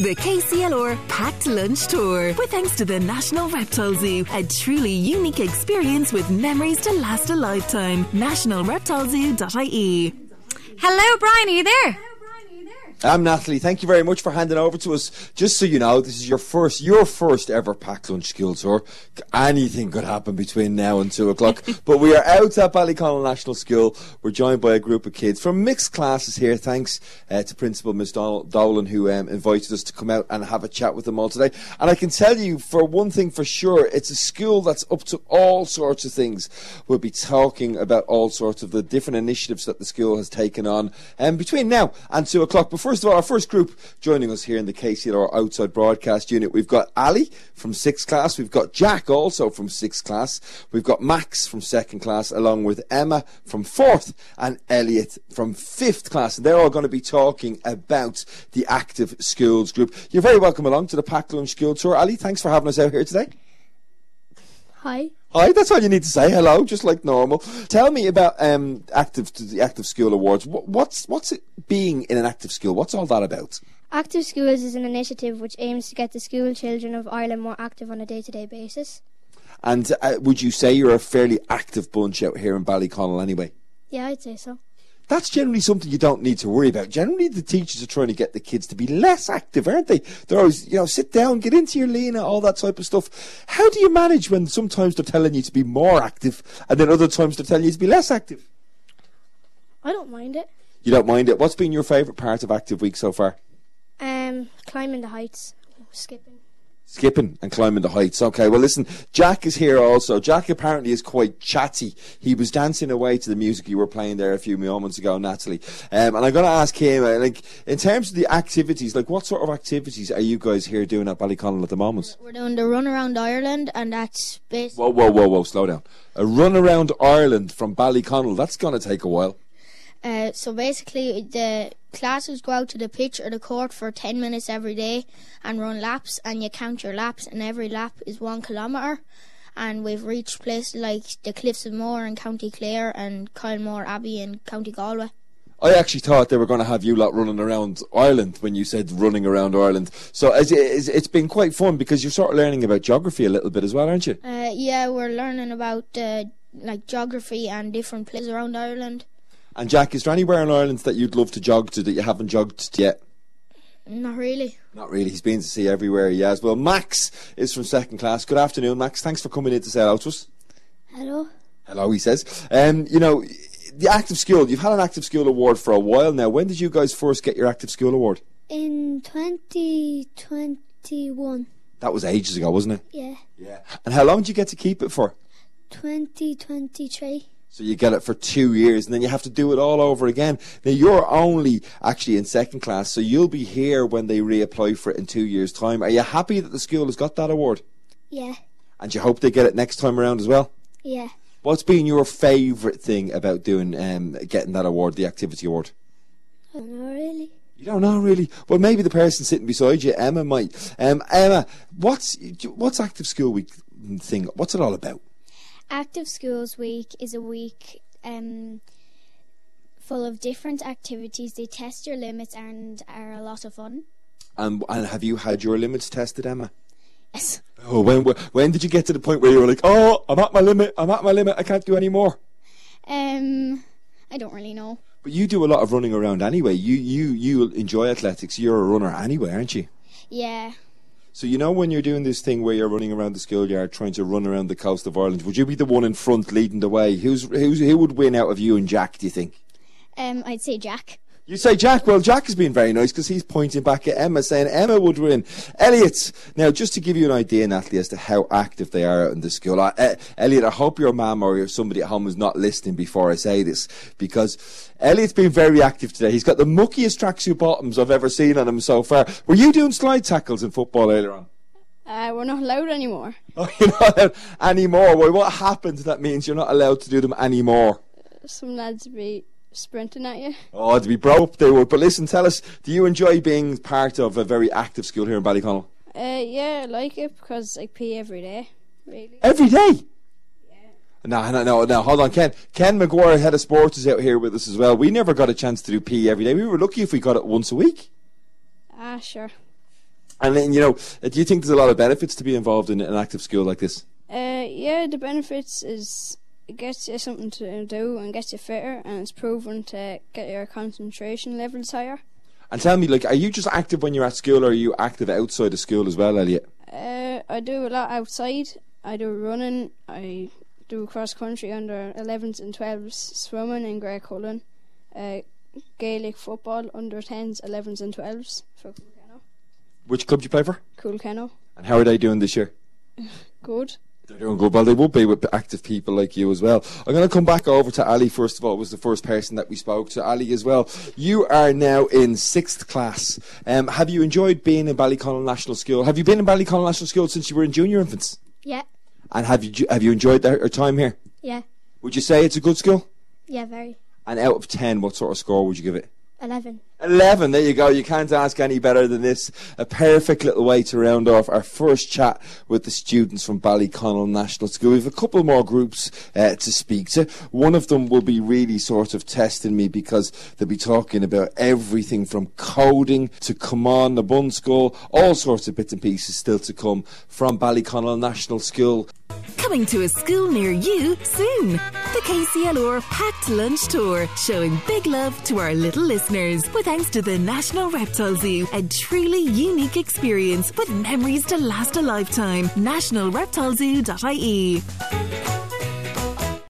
The KCLR Packed Lunch Tour. With thanks to the National Reptile Zoo, a truly unique experience with memories to last a lifetime. NationalReptileZoo.ie. Hello, Brian. Are you there? I'm Natalie. Thank you very much for handing over to us. Just so you know, this is your first, your first ever packed lunch school tour. Anything could happen between now and two o'clock. but we are out at Ballyconnell National School. We're joined by a group of kids from mixed classes here. Thanks uh, to Principal Miss Donal- Dolan who um, invited us to come out and have a chat with them all today. And I can tell you, for one thing for sure, it's a school that's up to all sorts of things. We'll be talking about all sorts of the different initiatives that the school has taken on um, between now and two o'clock. But first of all, our first group joining us here in the KCLR Outside Broadcast Unit, we've got Ali from sixth class, we've got Jack also from sixth class, we've got Max from second class, along with Emma from fourth, and Elliot from fifth class. And they're all going to be talking about the active schools group. You're very welcome along to the Pack Lunch School Tour, Ali. Thanks for having us out here today. Hi. Hi, that's all you need to say. Hello, just like normal. Tell me about um, active the active school awards. What, what's what's it being in an active school? What's all that about? Active Schools is an initiative which aims to get the school children of Ireland more active on a day to day basis. And uh, would you say you're a fairly active bunch out here in Ballyconnell anyway? Yeah, I'd say so. That's generally something you don't need to worry about. Generally, the teachers are trying to get the kids to be less active, aren't they? They're always, you know, sit down, get into your lena, all that type of stuff. How do you manage when sometimes they're telling you to be more active and then other times they're telling you to be less active? I don't mind it. You don't mind it. What's been your favourite part of Active Week so far? Um, climbing the heights, skipping. Skipping and climbing the heights. Okay, well, listen, Jack is here also. Jack apparently is quite chatty. He was dancing away to the music you were playing there a few moments ago, Natalie. Um, and I'm going to ask him, uh, like, in terms of the activities, like, what sort of activities are you guys here doing at Ballyconnell at the moment? We're doing the run around Ireland, and that's basically Whoa, whoa, whoa, whoa, slow down. A run around Ireland from Ballyconnell, that's going to take a while. uh, so. Basically, the classes go out to the pitch or the court for ten minutes every day and run laps, and you count your laps, and every lap is one kilometer. And we've reached places like the Cliffs of Moher in County Clare and Kylemore Abbey in County Galway. I actually thought they were going to have you lot running around Ireland when you said running around Ireland. So as it is, it's been quite fun because you're sort of learning about geography a little bit as well, aren't you? Uh, yeah, we're learning about uh, like geography and different places around Ireland. And Jack, is there anywhere in Ireland that you'd love to jog to that you haven't jogged to yet? Not really. Not really. He's been to see everywhere he has. Well, Max is from second class. Good afternoon, Max. Thanks for coming in to say hello to us. Hello. Hello, he says. Um, you know, the active school. You've had an active school award for a while now. When did you guys first get your active school award? In 2021. That was ages ago, wasn't it? Yeah. Yeah. And how long did you get to keep it for? 2023. So you get it for two years, and then you have to do it all over again. Now you're only actually in second class, so you'll be here when they reapply for it in two years' time. Are you happy that the school has got that award? Yeah. And you hope they get it next time around as well. Yeah. What's been your favourite thing about doing um, getting that award, the activity award? I don't know, Oh, really. You don't know really. Well, maybe the person sitting beside you, Emma, might. Um, Emma, what's what's Active School Week thing? What's it all about? Active Schools Week is a week um, full of different activities. They test your limits and are a lot of fun. And and have you had your limits tested, Emma? Yes. Oh, when when did you get to the point where you were like, oh, I'm at my limit, I'm at my limit, I can't do any more? Um, I don't really know. But you do a lot of running around anyway. You you you enjoy athletics. You're a runner anyway, aren't you? Yeah. So you know when you're doing this thing where you're running around the schoolyard trying to run around the coast of Ireland, would you be the one in front leading the way? Who's who's who would win out of you and Jack? Do you think? Um, I'd say Jack. You say Jack. Well, Jack has been very nice because he's pointing back at Emma, saying Emma would win. Elliot, now just to give you an idea, Natalie, as to how active they are out in the school. I, eh, Elliot, I hope your mum or your somebody at home is not listening before I say this because Elliot's been very active today. He's got the muckiest tracksuit bottoms I've ever seen on him so far. Were you doing slide tackles in football earlier on? Uh, we're not allowed anymore. Oh, you're not allowed anymore. Well, what happened that means you're not allowed to do them anymore? Some lads be sprinting at you. Oh, to be broke they would. But listen, tell us, do you enjoy being part of a very active school here in Ballyconnell? Uh, yeah, I like it because I pee every day. Really? Every day? No, no, no, no. Hold on, Ken. Ken McGuire, head of sports, is out here with us as well. E We never got a chance to do PE every day. We were lucky if we got it once a week. Ah, sure. And then, you know, uh, do you think there's a lot of benefits to be involved in an active school like this? Uh, yeah, the benefits is it gets you something to do and gets you fitter, and it's proven to get your concentration levels higher. And tell me, like, are you just active when you're at school, or are you active outside of school as well, Elliot? Uh, I do a lot outside. I do running. I do cross country under 11s and 12s, swimming in Grey Cullen, uh, Gaelic football under 10s, 11s and 12s for Coolkennel. Which club do you play for? Coolkennel, And how are they doing this year? good. They're doing good. Well, they would be with active people like you as well. I'm going to come back over to Ali first of all. Was the first person that we spoke to Ali as well. You are now in sixth class. Um, have you enjoyed being in Ballyconal National School? Have you been in Ballyconal National School since you were in junior infants? Yeah, And have you have you enjoyed their, your time here? yeah, Would you say it's a good school? yeah, very. And out of ten, what sort of score would you give it? 11. 11. There you go. You can't ask any better than this. A perfect little way to round off our first chat with the students from Ballyconnell National School. We have a couple more groups uh, to speak to. One of them will be really sort of testing me because they'll be talking about everything from coding to come on the bun school, all sorts of bits and pieces still to come from Ballyconnell National School. Coming to a school near you soon. The KCLR Packed Lunch Tour, showing big love to our little listeners with thanks to the National Reptile Zoo, a truly unique E. experience with memories to last a lifetime. NationalReptileZoo.ie.